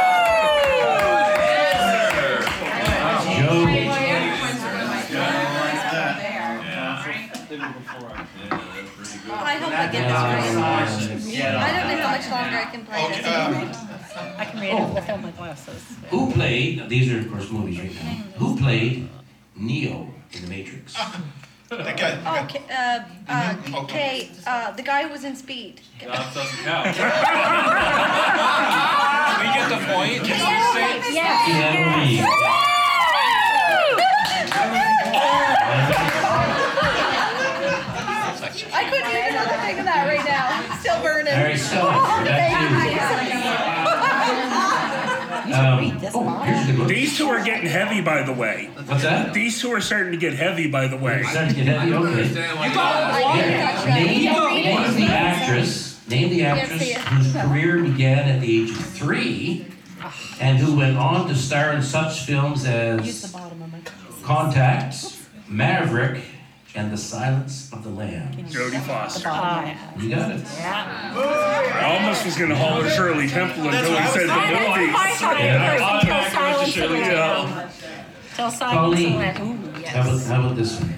[SPEAKER 6] I hope I get this right. I don't know how much longer I can play
[SPEAKER 7] Okay,
[SPEAKER 6] this.
[SPEAKER 7] uh,
[SPEAKER 8] I can
[SPEAKER 5] Oh.
[SPEAKER 8] read it without my glasses.
[SPEAKER 2] Who played? now, These are of course movies right now. Who played Neo in The Matrix?
[SPEAKER 7] that guy. [LAUGHS]
[SPEAKER 6] Oh, K- uh,
[SPEAKER 7] Mm-hmm.
[SPEAKER 6] uh, Kay, uh, the guy who was in Speed.
[SPEAKER 5] We get the point? Just say it.
[SPEAKER 8] [LAUGHS] Yes.
[SPEAKER 2] Keanu Reeves.
[SPEAKER 6] I couldn't even really think of that right now. I'm still burning. Oh,
[SPEAKER 2] All right, Scott, back to you. Um,
[SPEAKER 8] this
[SPEAKER 2] oh, here's a good one.
[SPEAKER 4] These two are getting heavy, by the way.
[SPEAKER 2] What's that?
[SPEAKER 4] These two are starting to get heavy, by the way.
[SPEAKER 2] Is that- did that- okay.
[SPEAKER 8] Oh,
[SPEAKER 2] Name, name the actress. Name the actress whose career began at the age of three, and who went on to star in such films
[SPEAKER 8] Use the
[SPEAKER 2] as
[SPEAKER 8] bottom of my glasses.
[SPEAKER 2] Contacts, Maverick, and The Silence of the Lambs.
[SPEAKER 4] Jodie Foster.
[SPEAKER 8] Bottom.
[SPEAKER 2] You got it.
[SPEAKER 4] I almost was gonna haul her Shirley Temple until he said the movies. Yeah.
[SPEAKER 8] Tell Simon to
[SPEAKER 2] Colleen.
[SPEAKER 8] let, ooh,
[SPEAKER 2] How about,
[SPEAKER 8] yes.
[SPEAKER 2] how about this one?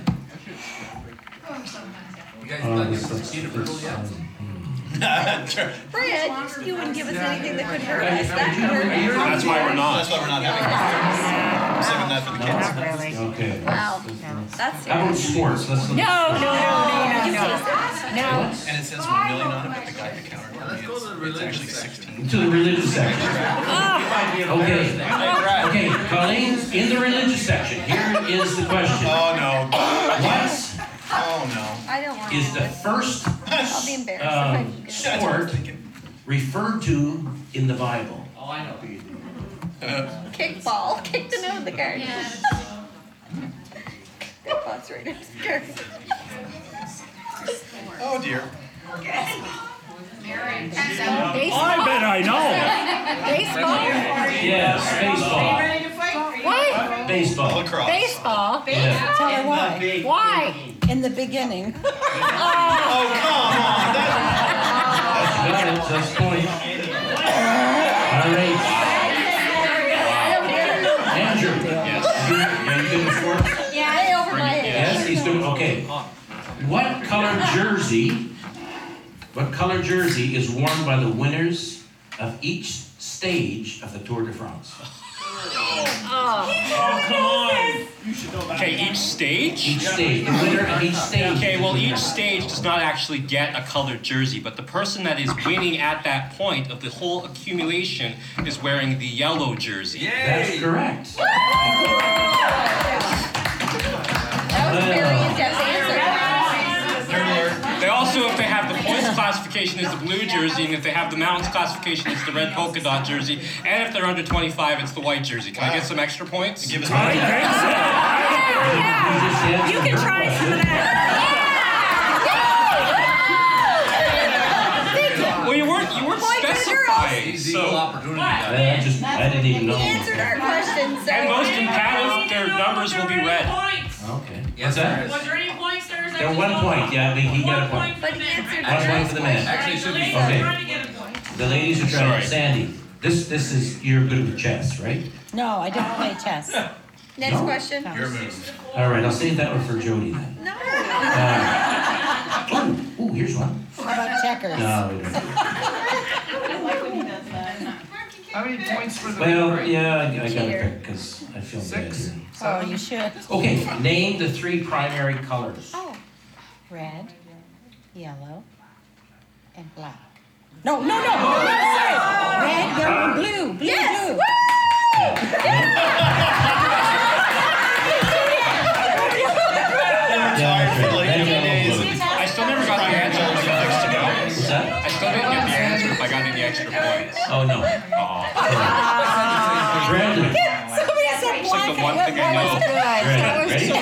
[SPEAKER 2] Oh, this looks- this, um, hmm.
[SPEAKER 6] [LAUGHS] Brad, you wouldn't give us anything that could hurt us. That could
[SPEAKER 2] You're
[SPEAKER 6] hurt us.
[SPEAKER 2] not-
[SPEAKER 9] That's why we're
[SPEAKER 7] That's
[SPEAKER 9] not.
[SPEAKER 7] why we're not having. I'm saving that for the kids.
[SPEAKER 8] Not really. No,
[SPEAKER 2] Okay.
[SPEAKER 6] Wow, that's
[SPEAKER 2] How about
[SPEAKER 6] serious.
[SPEAKER 2] sports? Let's look.
[SPEAKER 8] no, no, no, no, no.
[SPEAKER 7] And it says one million on it, but the guy at the counter told me it's, it's actually sixteen.
[SPEAKER 2] To the religious section.
[SPEAKER 8] Ah.
[SPEAKER 2] Okay, okay, Colleen, in the religious section, here is the question.
[SPEAKER 7] Oh no!
[SPEAKER 2] What
[SPEAKER 7] Oh
[SPEAKER 6] I don't want to
[SPEAKER 2] is
[SPEAKER 6] know
[SPEAKER 2] the
[SPEAKER 6] this.
[SPEAKER 2] first
[SPEAKER 6] I'll be embarrassed if I
[SPEAKER 2] um,
[SPEAKER 6] can get it.
[SPEAKER 7] no!
[SPEAKER 2] sport referred to in the Bible?
[SPEAKER 5] Oh, I know.
[SPEAKER 6] Kickball, [LAUGHS] kick the note in the card. [LAUGHS] That boss right in the card.
[SPEAKER 7] Oh dear.
[SPEAKER 5] Oh,
[SPEAKER 4] I bet I know.
[SPEAKER 8] Baseball.
[SPEAKER 2] Yes,
[SPEAKER 3] Ready to fight?
[SPEAKER 8] Why?
[SPEAKER 2] baseball. Baseball.
[SPEAKER 7] Lacrosse.
[SPEAKER 8] Baseball.
[SPEAKER 2] Yeah.
[SPEAKER 8] Tell her why. Why? In the beginning. [LAUGHS] oh,
[SPEAKER 7] Oh come on! That,
[SPEAKER 2] Got it, that's point. All right, Andrew. Yes. You're, you're doing sports?
[SPEAKER 6] Yeah, way over my head.
[SPEAKER 2] Yes, he's doing, okay. What color jersey, what color jersey is worn by the winners of each stage of the Tour de France?
[SPEAKER 4] Oh, come on.
[SPEAKER 5] Okay, each stage?
[SPEAKER 2] Each stage, the winner of each stage.
[SPEAKER 5] Okay, well, each stage does not actually get a colored jersey, but the person that is winning at that point of the whole accumulation is wearing the yellow jersey.
[SPEAKER 2] That's correct.
[SPEAKER 6] That was a very in-depth answer.
[SPEAKER 5] They also, if they have the points classification, is the blue jersey, and if they have the mountains classification, it's the red polka dot jersey, and if they're under 25, it's the white jersey. Can I get some extra points?
[SPEAKER 7] give us
[SPEAKER 4] I
[SPEAKER 7] money.
[SPEAKER 4] think so.
[SPEAKER 2] You can try some of that.
[SPEAKER 5] Well, you weren't you weren't
[SPEAKER 6] White
[SPEAKER 5] specifying. So,
[SPEAKER 9] opportunity.
[SPEAKER 2] I just, I didn't even know.
[SPEAKER 6] He answered our question, so.
[SPEAKER 5] and most competitive, their numbers will be red.
[SPEAKER 2] Okay. What's that?
[SPEAKER 3] Was there any points there? Is that
[SPEAKER 2] They're
[SPEAKER 3] just
[SPEAKER 2] one point, yeah, I mean, he got a point.
[SPEAKER 3] for the
[SPEAKER 6] But he
[SPEAKER 3] man,
[SPEAKER 6] answered
[SPEAKER 3] right?
[SPEAKER 2] One point for the man.
[SPEAKER 9] Actually, it should be-
[SPEAKER 3] Right, the lady's trying
[SPEAKER 2] Okay.
[SPEAKER 3] to get a point.
[SPEAKER 2] The ladies are trying,
[SPEAKER 5] Sorry.
[SPEAKER 2] Sandy, this, this is, you're good with chess, right?
[SPEAKER 8] no, I don't play chess.
[SPEAKER 6] Next
[SPEAKER 2] No.
[SPEAKER 6] question.
[SPEAKER 7] Your move.
[SPEAKER 2] All right, I'll save that one for Jody then.
[SPEAKER 6] No.
[SPEAKER 2] Oh, ooh, here's one.
[SPEAKER 8] How about checkers?
[SPEAKER 2] No, we don't.
[SPEAKER 10] How many points for the
[SPEAKER 2] Well,
[SPEAKER 10] victory?
[SPEAKER 2] yeah, I, I gotta
[SPEAKER 6] Cheater.
[SPEAKER 2] pick because I feel bad
[SPEAKER 10] Six.
[SPEAKER 2] here.
[SPEAKER 8] Oh, you should.
[SPEAKER 2] Okay, name the three primary colors.
[SPEAKER 8] Oh, red, yellow, and black. No, no, no.
[SPEAKER 3] Oh!
[SPEAKER 8] Red, yellow, and blue. Blue, blue.
[SPEAKER 7] They're tired for like
[SPEAKER 2] Yeah.
[SPEAKER 7] two days.
[SPEAKER 5] I still never got the answer. if I fixed it out.
[SPEAKER 2] What's that?
[SPEAKER 5] I still didn't get the answer if I got any extra points.
[SPEAKER 2] Oh no. Brandon,
[SPEAKER 8] Somebody said black.
[SPEAKER 2] [LAUGHS]
[SPEAKER 5] the one thing I
[SPEAKER 8] that was
[SPEAKER 5] know.
[SPEAKER 8] good. That
[SPEAKER 2] Red,
[SPEAKER 8] was
[SPEAKER 2] ready?
[SPEAKER 8] good.
[SPEAKER 6] Oh,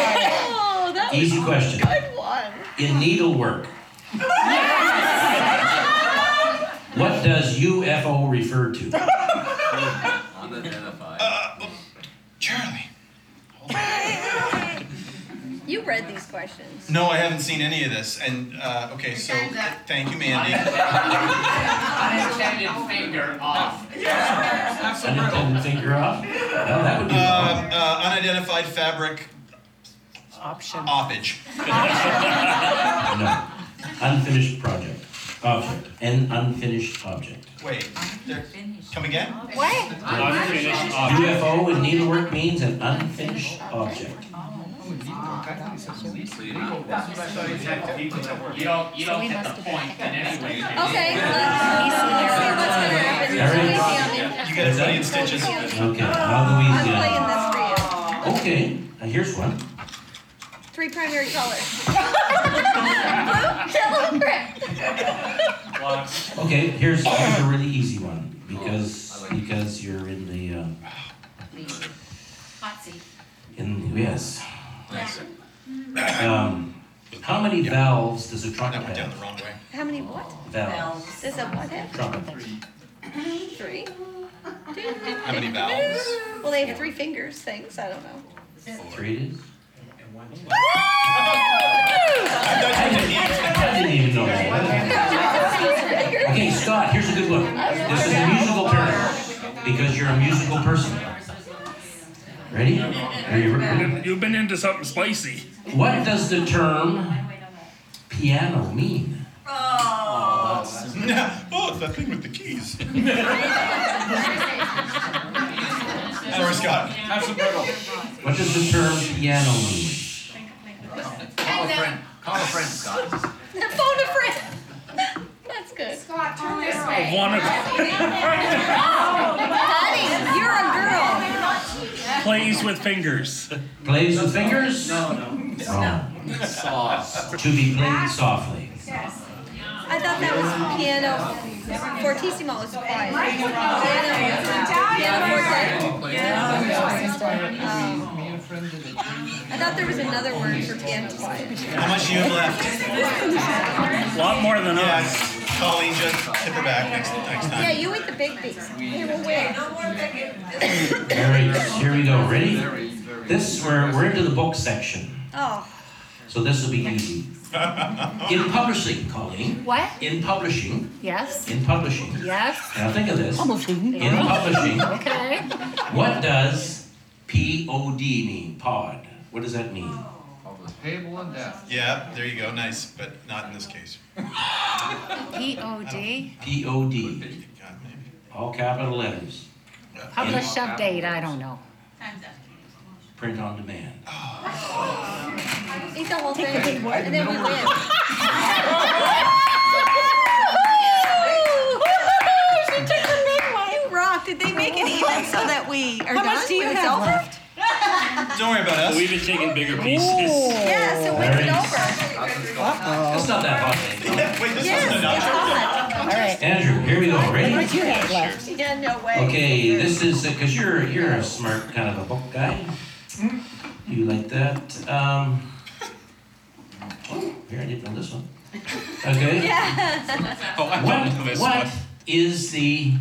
[SPEAKER 6] that was
[SPEAKER 2] easy question.
[SPEAKER 6] a good one.
[SPEAKER 2] In needlework. What does UFO refer to?
[SPEAKER 7] Charlie.
[SPEAKER 6] You read these questions.
[SPEAKER 7] No, I haven't seen any of this. And uh, okay, so
[SPEAKER 3] time's up.
[SPEAKER 7] thank you, Mandy.
[SPEAKER 9] Unextended finger off.
[SPEAKER 2] I didn't- didn't think you're off. Well, that would be
[SPEAKER 7] Uh,
[SPEAKER 2] wrong.
[SPEAKER 7] uh, unidentified fabric
[SPEAKER 8] Option.
[SPEAKER 7] offage.
[SPEAKER 2] No. Unfinished project, object, an unfinished object.
[SPEAKER 7] Wait, there- come again?
[SPEAKER 8] What?
[SPEAKER 5] Unfinished object.
[SPEAKER 2] UFO in needlework means an unfinished object.
[SPEAKER 9] You don't, you don't get
[SPEAKER 8] must
[SPEAKER 9] the point in any way.
[SPEAKER 6] Okay, let's let's see what's gonna happen.
[SPEAKER 2] Very
[SPEAKER 6] Casey
[SPEAKER 7] You gotta put in stitches.
[SPEAKER 6] on it.
[SPEAKER 2] Okay, I'll
[SPEAKER 6] I'm
[SPEAKER 2] go easy on it.
[SPEAKER 6] playing this for you.
[SPEAKER 2] Okay, uh, here's one.
[SPEAKER 6] Three primary colors. Blue, yellow, red.
[SPEAKER 2] Okay, here's, here's a really easy one because because you're in the uh,
[SPEAKER 3] Hot seat.
[SPEAKER 2] in yes. Um, how many valves does a
[SPEAKER 7] That
[SPEAKER 2] trumpet
[SPEAKER 7] went down the
[SPEAKER 2] have?
[SPEAKER 7] wrong way.
[SPEAKER 6] How many what?
[SPEAKER 2] Valves.
[SPEAKER 6] Does a what have?
[SPEAKER 2] Trumpet.
[SPEAKER 6] Three?
[SPEAKER 7] How many vowels?
[SPEAKER 6] Well, they have three fingers things, I don't know.
[SPEAKER 2] Three it is.
[SPEAKER 7] I
[SPEAKER 2] I didn't even know that. Okay, Scott. Here's a good one. This is a musical term because you're a musical person. Ready? Are you ready?
[SPEAKER 4] You've been into something spicy.
[SPEAKER 2] What does the term piano mean?
[SPEAKER 3] Oh.
[SPEAKER 7] thought you No. [LAUGHS] Oh, it's that thing with the keys. Sorry, Scott.
[SPEAKER 3] Have some brittle.
[SPEAKER 2] What does the term piano mean?
[SPEAKER 3] Call a friend. Call a friend, Scott.
[SPEAKER 6] Phone a friend. That's good.
[SPEAKER 11] Scott, turn this way.
[SPEAKER 4] One of-
[SPEAKER 6] Honey, you're a girl.
[SPEAKER 4] Plays with fingers.
[SPEAKER 2] Plays with fingers?
[SPEAKER 3] No, no.
[SPEAKER 2] Wrong.
[SPEAKER 3] Sauce.
[SPEAKER 2] To be played softly.
[SPEAKER 11] Yes.
[SPEAKER 6] I thought that was piano. Fortissimo was quiet. Piano forte. Um, I thought there was another word for piano quiet.
[SPEAKER 7] How much do you have left?
[SPEAKER 4] A lot more than us.
[SPEAKER 7] Yes. Colleen, just tip her back next, next
[SPEAKER 6] Yeah,
[SPEAKER 7] time.
[SPEAKER 6] you eat the big piece. Hey, well, wait.
[SPEAKER 2] Here we, here we go. Ready?
[SPEAKER 3] Very, very.
[SPEAKER 2] This we're we're into the book section,
[SPEAKER 6] Oh,
[SPEAKER 2] so this will be easy. In publishing, Colleen.
[SPEAKER 11] What?
[SPEAKER 2] In publishing.
[SPEAKER 11] Yes.
[SPEAKER 2] In publishing.
[SPEAKER 11] Yes.
[SPEAKER 2] Now think of this. In
[SPEAKER 11] Okay.
[SPEAKER 2] publishing, what does POD mean? Pod. What does that mean?
[SPEAKER 10] Table and death.
[SPEAKER 7] Yeah, there you go. Nice, but not in this case.
[SPEAKER 11] P O D.
[SPEAKER 2] POD.
[SPEAKER 7] God, maybe.
[SPEAKER 2] All capital letters.
[SPEAKER 11] Publish of date. I don't know.
[SPEAKER 2] Print on demand.
[SPEAKER 6] eat the whole thing and then we win. [LAUGHS] You rock. Did they make it even so that we are
[SPEAKER 8] How
[SPEAKER 6] done
[SPEAKER 8] much do you
[SPEAKER 6] when it's
[SPEAKER 8] have
[SPEAKER 6] over?
[SPEAKER 8] left?
[SPEAKER 7] Don't worry about [LAUGHS] us.
[SPEAKER 4] We've been taking bigger pieces.
[SPEAKER 6] Yeah, so when's it over?
[SPEAKER 2] That's not that hard.
[SPEAKER 7] Yeah, wait, this
[SPEAKER 6] Yes,
[SPEAKER 7] isn't an
[SPEAKER 6] it's
[SPEAKER 7] outro.
[SPEAKER 6] hot.
[SPEAKER 8] All right.
[SPEAKER 2] Andrew, here we go. Ready?
[SPEAKER 8] What you have left?
[SPEAKER 6] Yeah, no way.
[SPEAKER 2] Okay, this is because you're you're a smart kind of a book guy.
[SPEAKER 6] Hmm?
[SPEAKER 2] You like that? Um, oh, here I didn't know this one.
[SPEAKER 6] [LAUGHS]
[SPEAKER 2] Okay.
[SPEAKER 5] Oh, I
[SPEAKER 2] What,
[SPEAKER 5] love this
[SPEAKER 2] what
[SPEAKER 5] one.
[SPEAKER 2] is the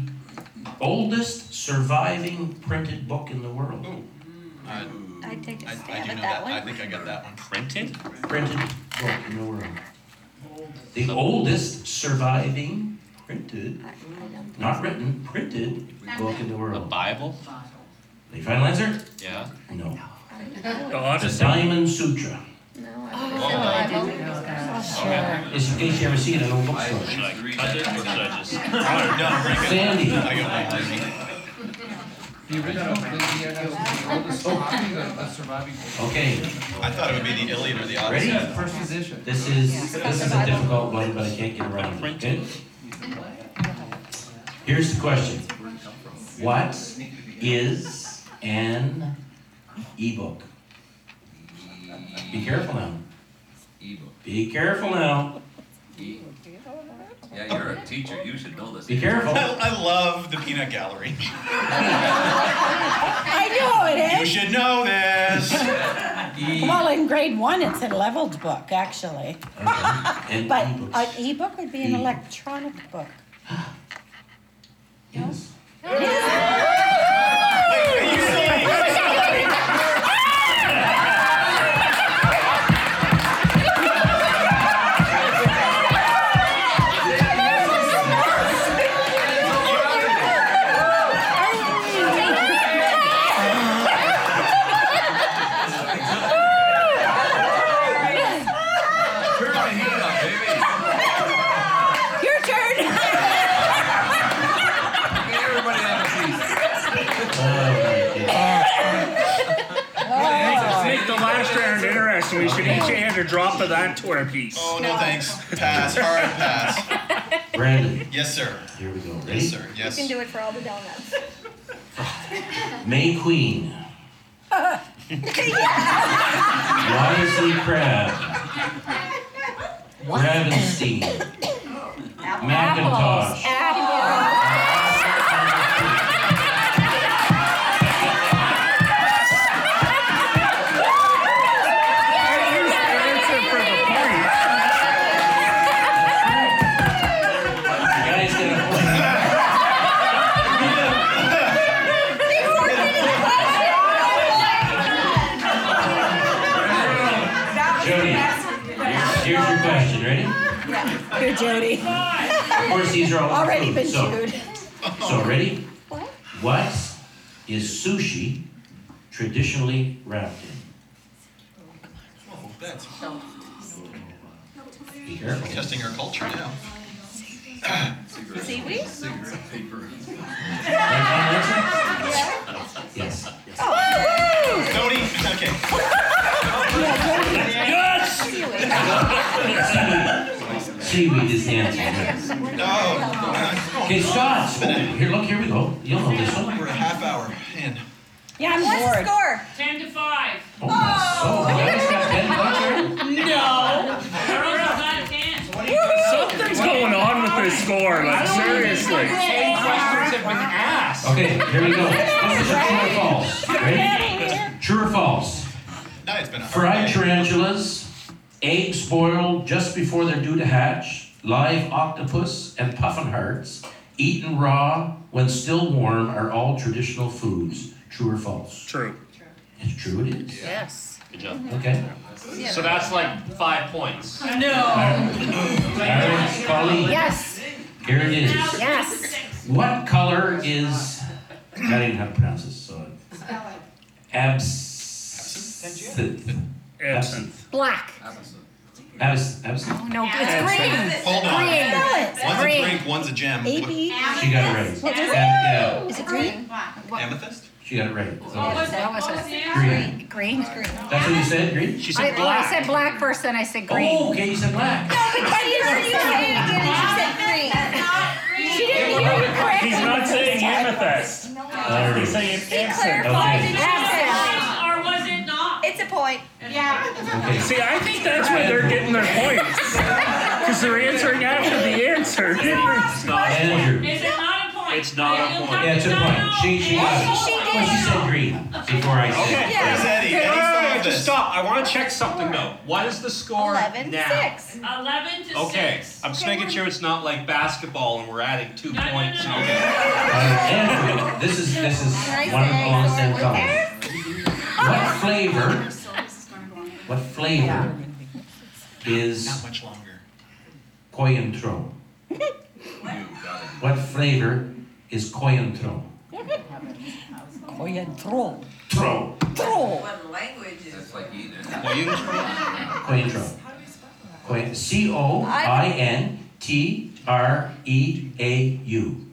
[SPEAKER 2] oldest surviving printed book in the world?
[SPEAKER 7] I,
[SPEAKER 6] I take a
[SPEAKER 7] I, I
[SPEAKER 6] stab
[SPEAKER 7] do
[SPEAKER 6] at
[SPEAKER 7] know
[SPEAKER 6] that
[SPEAKER 7] that.
[SPEAKER 6] one.
[SPEAKER 7] I think I got that one.
[SPEAKER 5] Printed?
[SPEAKER 2] Printed book in the world. The oldest surviving printed,
[SPEAKER 6] I- I don't-
[SPEAKER 2] not written, printed book in the
[SPEAKER 5] The
[SPEAKER 2] world.
[SPEAKER 5] Bible?
[SPEAKER 2] The final answer?
[SPEAKER 5] Yeah.
[SPEAKER 2] No.
[SPEAKER 4] The
[SPEAKER 2] The
[SPEAKER 4] Odyssey.
[SPEAKER 2] Diamond Sutra.
[SPEAKER 6] No, I Oh, don't know.
[SPEAKER 2] It's in case you ever see it in an old bookstore.
[SPEAKER 9] Should I cut it or should I just?
[SPEAKER 7] No, very good.
[SPEAKER 2] Sandy.
[SPEAKER 7] I got mine.
[SPEAKER 10] The original Lydia Gills, the oldest copy of the surviving
[SPEAKER 2] Okay,
[SPEAKER 7] I thought it would be the Iliad or the
[SPEAKER 2] ready?
[SPEAKER 7] Odyssey.
[SPEAKER 10] first edition.
[SPEAKER 2] This is, this is a difficult one, but I can't get around it, okay? Here's the question. What is an ebook? Be careful now.
[SPEAKER 3] Evil.
[SPEAKER 2] Be careful now.
[SPEAKER 3] Yeah, you're a teacher. You should know this.
[SPEAKER 2] Be
[SPEAKER 7] [LAUGHS]
[SPEAKER 2] careful.
[SPEAKER 7] I, I love the peanut gallery.
[SPEAKER 8] I know it
[SPEAKER 7] You
[SPEAKER 8] is.
[SPEAKER 7] should
[SPEAKER 6] [LAUGHS]
[SPEAKER 7] know this.
[SPEAKER 8] Well, in grade one, it's a leveled book, actually.
[SPEAKER 2] An
[SPEAKER 8] But
[SPEAKER 2] ebook.
[SPEAKER 8] an e-book would be an
[SPEAKER 2] E-book.
[SPEAKER 8] electronic book.
[SPEAKER 2] Yes.
[SPEAKER 7] Are you saying?
[SPEAKER 3] Turn my heat up, baby.
[SPEAKER 8] Your turn.
[SPEAKER 3] Hey, everybody have a piece.
[SPEAKER 2] Oh,
[SPEAKER 4] I think the last round interesting. We should each hand a drop of that to our piece.
[SPEAKER 7] Oh no, thanks. Pass. All right, pass.
[SPEAKER 2] Brandon,
[SPEAKER 7] Yes, sir.
[SPEAKER 2] here we go. Ready?
[SPEAKER 7] Yes, sir.
[SPEAKER 6] You can
[SPEAKER 7] Yes.
[SPEAKER 6] do it for all the
[SPEAKER 7] [LAUGHS]
[SPEAKER 6] donuts.
[SPEAKER 2] May Queen. Wisely Crab. Gravenstein. Macintosh.
[SPEAKER 4] Here's the answer for the point.
[SPEAKER 2] The guy's gonna Jody, here's, here's your question. Ready? Of
[SPEAKER 8] Here, Jody.
[SPEAKER 2] course, these are all
[SPEAKER 8] Already
[SPEAKER 2] food,
[SPEAKER 8] been
[SPEAKER 2] so-
[SPEAKER 8] chewed.
[SPEAKER 2] So ready?
[SPEAKER 6] What?
[SPEAKER 2] What is sushi traditionally wrapped in?
[SPEAKER 7] That's
[SPEAKER 2] Be careful.
[SPEAKER 7] testing our culture now.
[SPEAKER 6] Seaweed?
[SPEAKER 3] Cigarette paper.
[SPEAKER 2] Yes.
[SPEAKER 6] Oh,
[SPEAKER 7] Cody, okay.
[SPEAKER 2] Seaweed is the answer.
[SPEAKER 7] Oh,
[SPEAKER 2] Okay, Scott. Here, look, here we go. You'll know this one.
[SPEAKER 7] We're a half hour in.
[SPEAKER 8] Yeah, I'm
[SPEAKER 6] What's the
[SPEAKER 8] bored.
[SPEAKER 6] score?
[SPEAKER 12] Ten to five.
[SPEAKER 2] Oh, that's so nice.
[SPEAKER 12] No. Girls is not ten.
[SPEAKER 4] [LAUGHS] Something's going on with this score, like seriously.
[SPEAKER 2] Okay, here we go. This is a true or false. Ready? True or false?
[SPEAKER 7] No, it's been a hard
[SPEAKER 2] Fried
[SPEAKER 7] day.
[SPEAKER 2] tarantulas, eggs boiled just before they're due to hatch, live octopus, and puffin hearts, eaten raw when still warm, are all traditional foods. True or false?
[SPEAKER 4] True.
[SPEAKER 2] It's true, it is.
[SPEAKER 11] Yes.
[SPEAKER 9] Good job.
[SPEAKER 2] Okay.
[SPEAKER 9] So that's like five points.
[SPEAKER 2] Clarence, Colleen,
[SPEAKER 11] Yes.
[SPEAKER 2] here it is.
[SPEAKER 11] Yes.
[SPEAKER 2] What color is? I don't even know how to pronounce this. So. Absinthe. Absinthe.
[SPEAKER 11] Black.
[SPEAKER 2] Abs- Absinthe.
[SPEAKER 11] Oh, no, it's green.
[SPEAKER 7] Hold on. One's
[SPEAKER 11] Green.
[SPEAKER 7] a
[SPEAKER 11] Green.
[SPEAKER 7] drink, one's a gem.
[SPEAKER 8] A
[SPEAKER 7] What-
[SPEAKER 8] B.
[SPEAKER 2] She got it right.
[SPEAKER 8] What is
[SPEAKER 2] Ab-
[SPEAKER 8] it?
[SPEAKER 2] yeah,
[SPEAKER 8] Is it green?
[SPEAKER 7] Amethyst?
[SPEAKER 2] she got it right.
[SPEAKER 12] What
[SPEAKER 2] So,
[SPEAKER 12] was it?
[SPEAKER 11] What was
[SPEAKER 12] What was
[SPEAKER 11] it?
[SPEAKER 12] the
[SPEAKER 2] green.
[SPEAKER 11] Green.
[SPEAKER 2] That's what you said. Green.
[SPEAKER 9] She
[SPEAKER 11] I,
[SPEAKER 9] said
[SPEAKER 11] well, I
[SPEAKER 9] black.
[SPEAKER 11] said black first, then I said green.
[SPEAKER 2] Oh, okay. You said black.
[SPEAKER 6] Because you heard you say it again and she said green. She didn't hear you correctly.
[SPEAKER 4] He's not saying amethyst.
[SPEAKER 2] There it
[SPEAKER 4] He's
[SPEAKER 2] is.
[SPEAKER 4] saying
[SPEAKER 6] He
[SPEAKER 4] absinthe.
[SPEAKER 6] clarified and she said-
[SPEAKER 12] Or was it not?
[SPEAKER 6] It's a point.
[SPEAKER 2] Okay.
[SPEAKER 4] See, I think that's where they're getting their points. Because they're answering after the answer.
[SPEAKER 9] It's not
[SPEAKER 2] Andrew.
[SPEAKER 12] Is it not a point?
[SPEAKER 9] It's not a
[SPEAKER 12] You
[SPEAKER 9] point.
[SPEAKER 12] have
[SPEAKER 2] Yeah, it's a
[SPEAKER 12] to
[SPEAKER 2] point.
[SPEAKER 12] know.
[SPEAKER 2] She she got it.
[SPEAKER 6] She
[SPEAKER 2] Well, she
[SPEAKER 6] did.
[SPEAKER 2] said green before I said.
[SPEAKER 9] Okay.
[SPEAKER 7] Where's Eddie?
[SPEAKER 9] Wait,
[SPEAKER 7] Eddie's
[SPEAKER 9] wait, wait,
[SPEAKER 7] some
[SPEAKER 9] wait,
[SPEAKER 7] of
[SPEAKER 9] just
[SPEAKER 7] this.
[SPEAKER 9] stop. I want to check something though. What is the score
[SPEAKER 6] Eleven,
[SPEAKER 9] now?
[SPEAKER 6] six.
[SPEAKER 12] Eleven to
[SPEAKER 9] Okay,
[SPEAKER 12] six.
[SPEAKER 9] I'm just making sure it's not like basketball and we're adding two
[SPEAKER 12] No, no,
[SPEAKER 9] points.
[SPEAKER 12] no, no.
[SPEAKER 9] Okay.
[SPEAKER 2] Andrew, this is this is
[SPEAKER 6] Nice
[SPEAKER 2] one of the
[SPEAKER 6] eggs
[SPEAKER 2] longest
[SPEAKER 6] or
[SPEAKER 2] they've
[SPEAKER 6] with
[SPEAKER 2] gone.
[SPEAKER 6] there.
[SPEAKER 2] What flavor? What flavor
[SPEAKER 7] Not
[SPEAKER 2] is
[SPEAKER 7] much longer.
[SPEAKER 2] cointreau? What flavor is cointreau?
[SPEAKER 8] Coyentro.
[SPEAKER 2] Tro.
[SPEAKER 8] Tro.
[SPEAKER 3] That's like eating it.
[SPEAKER 9] Well, you can
[SPEAKER 2] Cointreau. Coin- C O I N T R E A U.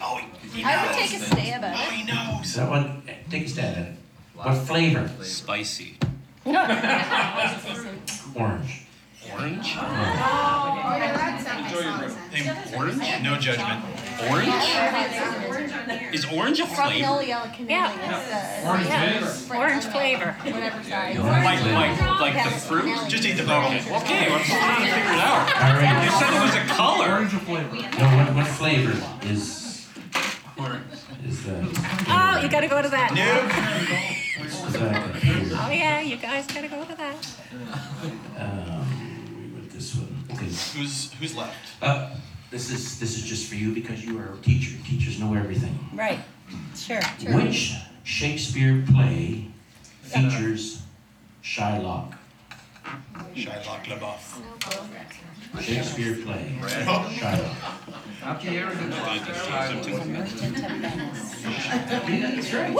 [SPEAKER 7] Oh, he knows.
[SPEAKER 6] I would take a stab
[SPEAKER 7] Oh,
[SPEAKER 6] at it.
[SPEAKER 7] he knows.
[SPEAKER 2] Is that one? Take a stab at it. What flavor?
[SPEAKER 9] spicy.
[SPEAKER 2] Orange.
[SPEAKER 9] Orange?
[SPEAKER 7] Hey, orange? No judgment.
[SPEAKER 9] Orange? Is orange a flavor?
[SPEAKER 6] Magnolia, canary,
[SPEAKER 11] Yeah.
[SPEAKER 6] it's, uh,
[SPEAKER 11] Orange flavor.
[SPEAKER 6] whatever size.
[SPEAKER 9] Like, like, like the fruit?
[SPEAKER 7] Just eat the bubble.
[SPEAKER 9] Okay, I'm just trying to figure it out.
[SPEAKER 2] All
[SPEAKER 9] You
[SPEAKER 2] right.
[SPEAKER 9] said it was a color.
[SPEAKER 2] No, what, what flavor is is the
[SPEAKER 11] Oh, you gotta go to that.
[SPEAKER 7] Nope.
[SPEAKER 2] is the-
[SPEAKER 11] Oh yeah, you guys gotta go to that.
[SPEAKER 2] um, with this one? Okay.
[SPEAKER 7] Who's, who's left?
[SPEAKER 2] Uh, this is this is just for you because you are a teacher. Teachers know everything.
[SPEAKER 8] Right. Sure.
[SPEAKER 2] Which Shakespeare play features Shylock?
[SPEAKER 7] Shylock LaBeouf.
[SPEAKER 2] Shakespeare play. Shylock.
[SPEAKER 10] Not the arrogant
[SPEAKER 7] Uh,
[SPEAKER 10] one.
[SPEAKER 2] That's right.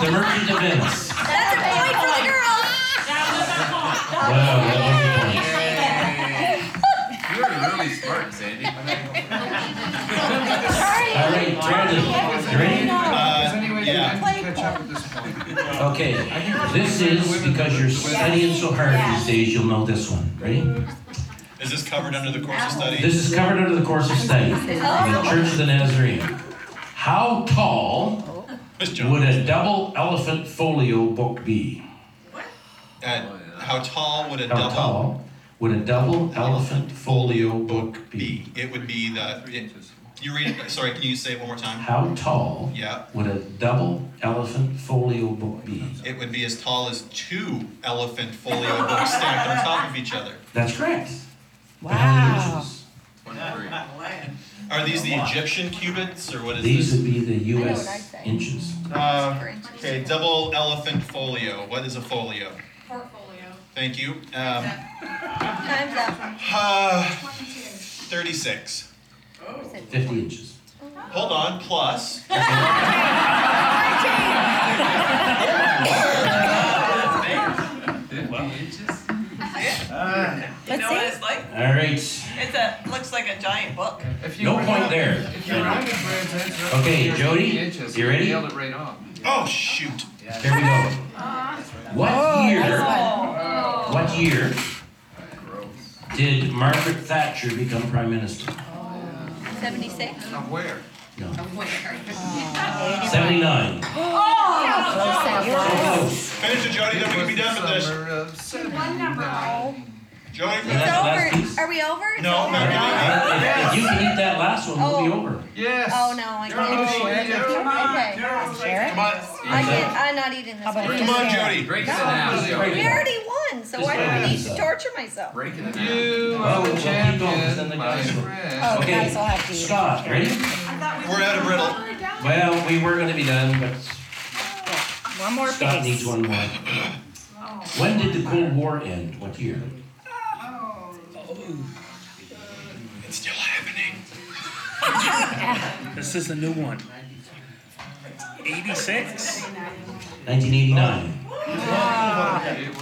[SPEAKER 2] The Merchant of Venice.
[SPEAKER 6] That's a point for the girl.
[SPEAKER 12] That was a point.
[SPEAKER 2] Wow, that was a point.
[SPEAKER 3] You're really smart, Sandy.
[SPEAKER 2] All right, Brandon, you ready?
[SPEAKER 10] Is there any way to
[SPEAKER 7] yeah.
[SPEAKER 10] catch up at this point?
[SPEAKER 2] Okay, this is because you're studying so hard these days, you'll know this one. Ready?
[SPEAKER 7] Is this covered under the course of study?
[SPEAKER 2] This is covered under the course of study in the
[SPEAKER 6] Oh.
[SPEAKER 2] Church of the Nazarene. How tall
[SPEAKER 7] Miss Jones.
[SPEAKER 2] would a double elephant folio book be?
[SPEAKER 7] Uh, how tall would a
[SPEAKER 2] How
[SPEAKER 7] double
[SPEAKER 2] tall would a double elephant folio book
[SPEAKER 7] be?
[SPEAKER 2] be?
[SPEAKER 7] It would be the. it- you read it. Sorry, can you say it one more time?
[SPEAKER 2] How tall
[SPEAKER 7] Yeah.
[SPEAKER 2] would a double elephant folio book be?
[SPEAKER 7] It would be as tall as two elephant folio books stacked on top of each other.
[SPEAKER 2] That's correct.
[SPEAKER 8] Wow.
[SPEAKER 7] Are these the Egyptian cubits or what is
[SPEAKER 2] These
[SPEAKER 7] this?
[SPEAKER 2] would be the
[SPEAKER 6] what I'd
[SPEAKER 2] US
[SPEAKER 6] say.
[SPEAKER 2] inches.
[SPEAKER 7] Uh, okay, double elephant folio. What is a folio?
[SPEAKER 12] Portfolio.
[SPEAKER 7] Thank you. Um,
[SPEAKER 6] Time's up.
[SPEAKER 7] uh, 36.
[SPEAKER 2] 50 inches.
[SPEAKER 7] Hold on, plus.
[SPEAKER 10] Fifty inches?
[SPEAKER 8] Let's see.
[SPEAKER 2] All right.
[SPEAKER 13] It's a looks like a giant book.
[SPEAKER 2] No point there.
[SPEAKER 10] If you round it for its answer, it's
[SPEAKER 2] Okay,
[SPEAKER 10] 30
[SPEAKER 2] Jody,
[SPEAKER 10] inches.
[SPEAKER 2] you ready?
[SPEAKER 10] Nailed it right off.
[SPEAKER 7] Oh, shoot.
[SPEAKER 2] There we go. What year, what year did Margaret Thatcher become prime minister?
[SPEAKER 6] Seventy-six?
[SPEAKER 7] Of where?
[SPEAKER 2] Seventy-nine.
[SPEAKER 10] [GASPS] Oh,
[SPEAKER 7] Finish it, Jody, then we can be done with this.
[SPEAKER 10] uh,
[SPEAKER 6] One number off.
[SPEAKER 7] Jody,
[SPEAKER 2] Well, that's the last piece.
[SPEAKER 6] Are we over?
[SPEAKER 7] No, no, no.
[SPEAKER 2] If if you can eat that last one, we'll be over.
[SPEAKER 10] Yes.
[SPEAKER 6] Oh, no, I can't. Okay.
[SPEAKER 7] Come on.
[SPEAKER 6] I can't, I'm not eating this. one.
[SPEAKER 7] Come on, Jody.
[SPEAKER 10] Break it
[SPEAKER 6] No,
[SPEAKER 10] down, Jody.
[SPEAKER 6] We already won, so why do I need to torture myself?
[SPEAKER 10] Breaking it down. You
[SPEAKER 3] um,
[SPEAKER 10] are the champion, my friend.
[SPEAKER 8] Oh, the
[SPEAKER 2] Okay,
[SPEAKER 8] guys will have to eat.
[SPEAKER 2] Scott, ready?
[SPEAKER 7] We're out of riddle.
[SPEAKER 2] Well, we were gonna be done, but
[SPEAKER 8] One more
[SPEAKER 2] Scott
[SPEAKER 8] piece. Oh.
[SPEAKER 2] needs one more. When did the Cold War end? What year?
[SPEAKER 7] It's still happening.
[SPEAKER 4] This is the new one. 86?
[SPEAKER 2] Nineteen eighty-nine.
[SPEAKER 10] It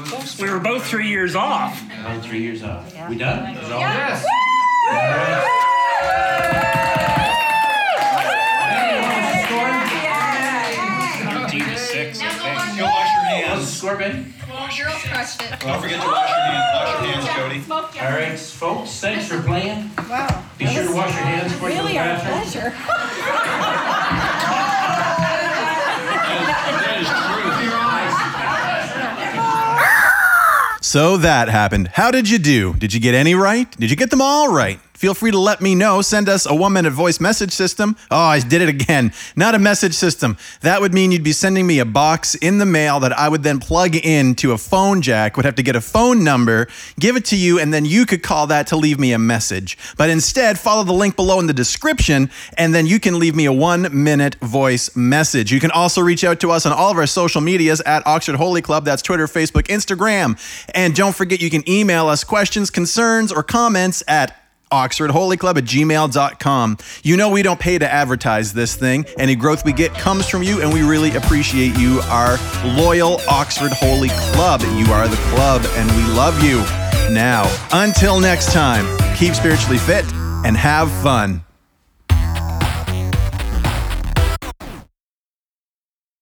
[SPEAKER 10] was
[SPEAKER 4] We were both three years off.
[SPEAKER 2] About three years off. We done? Is all?
[SPEAKER 10] Yes.
[SPEAKER 5] Fifteen to six, I think.
[SPEAKER 7] Go wash your
[SPEAKER 2] What's the
[SPEAKER 7] hands.
[SPEAKER 2] score been?
[SPEAKER 6] Girl crushed it.
[SPEAKER 7] Don't forget to wash your hands. Wash your hands, Jody.
[SPEAKER 12] Smoke
[SPEAKER 2] All right, folks, thanks for playing.
[SPEAKER 8] Wow.
[SPEAKER 2] Be sure to wash your hands before you go to the
[SPEAKER 8] Really our
[SPEAKER 2] bathroom.
[SPEAKER 8] pleasure.
[SPEAKER 1] So that happened. How did you do? Did you get any right? Did you get them all right? Feel free to let me know. Send us a one minute voice message system. Oh, I did it again. [LAUGHS] Not a message system. That would mean you'd be sending me a box in the mail that I would then plug into a phone jack, would have to get a phone number, give it to you, and then you could call that to leave me a message. But instead, follow the link below in the description, and then you can leave me a one minute voice message. You can also reach out to us on all of our social medias at Oxford Holy Club. That's Twitter, Facebook, Instagram. And don't forget, you can email us questions, concerns, or comments at oxfordholyclub at gmail.com. You know we don't pay to advertise this thing. Any growth we get comes from you, and we really appreciate you, our loyal Oxford Holy Club. You are the club, and we love you. Now, until next time, keep spiritually fit and have fun.